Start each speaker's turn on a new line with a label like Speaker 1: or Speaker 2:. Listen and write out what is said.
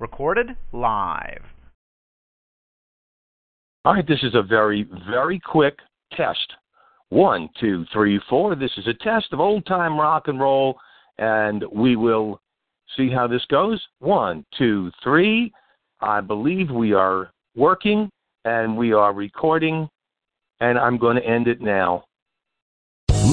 Speaker 1: recorded live.
Speaker 2: all right. This is a very very quick test. One, two, three, four. This is a test of old time rock and roll, and we will see how this goes. One, two, three. I believe we are working and we are recording, and I'm going to end it now.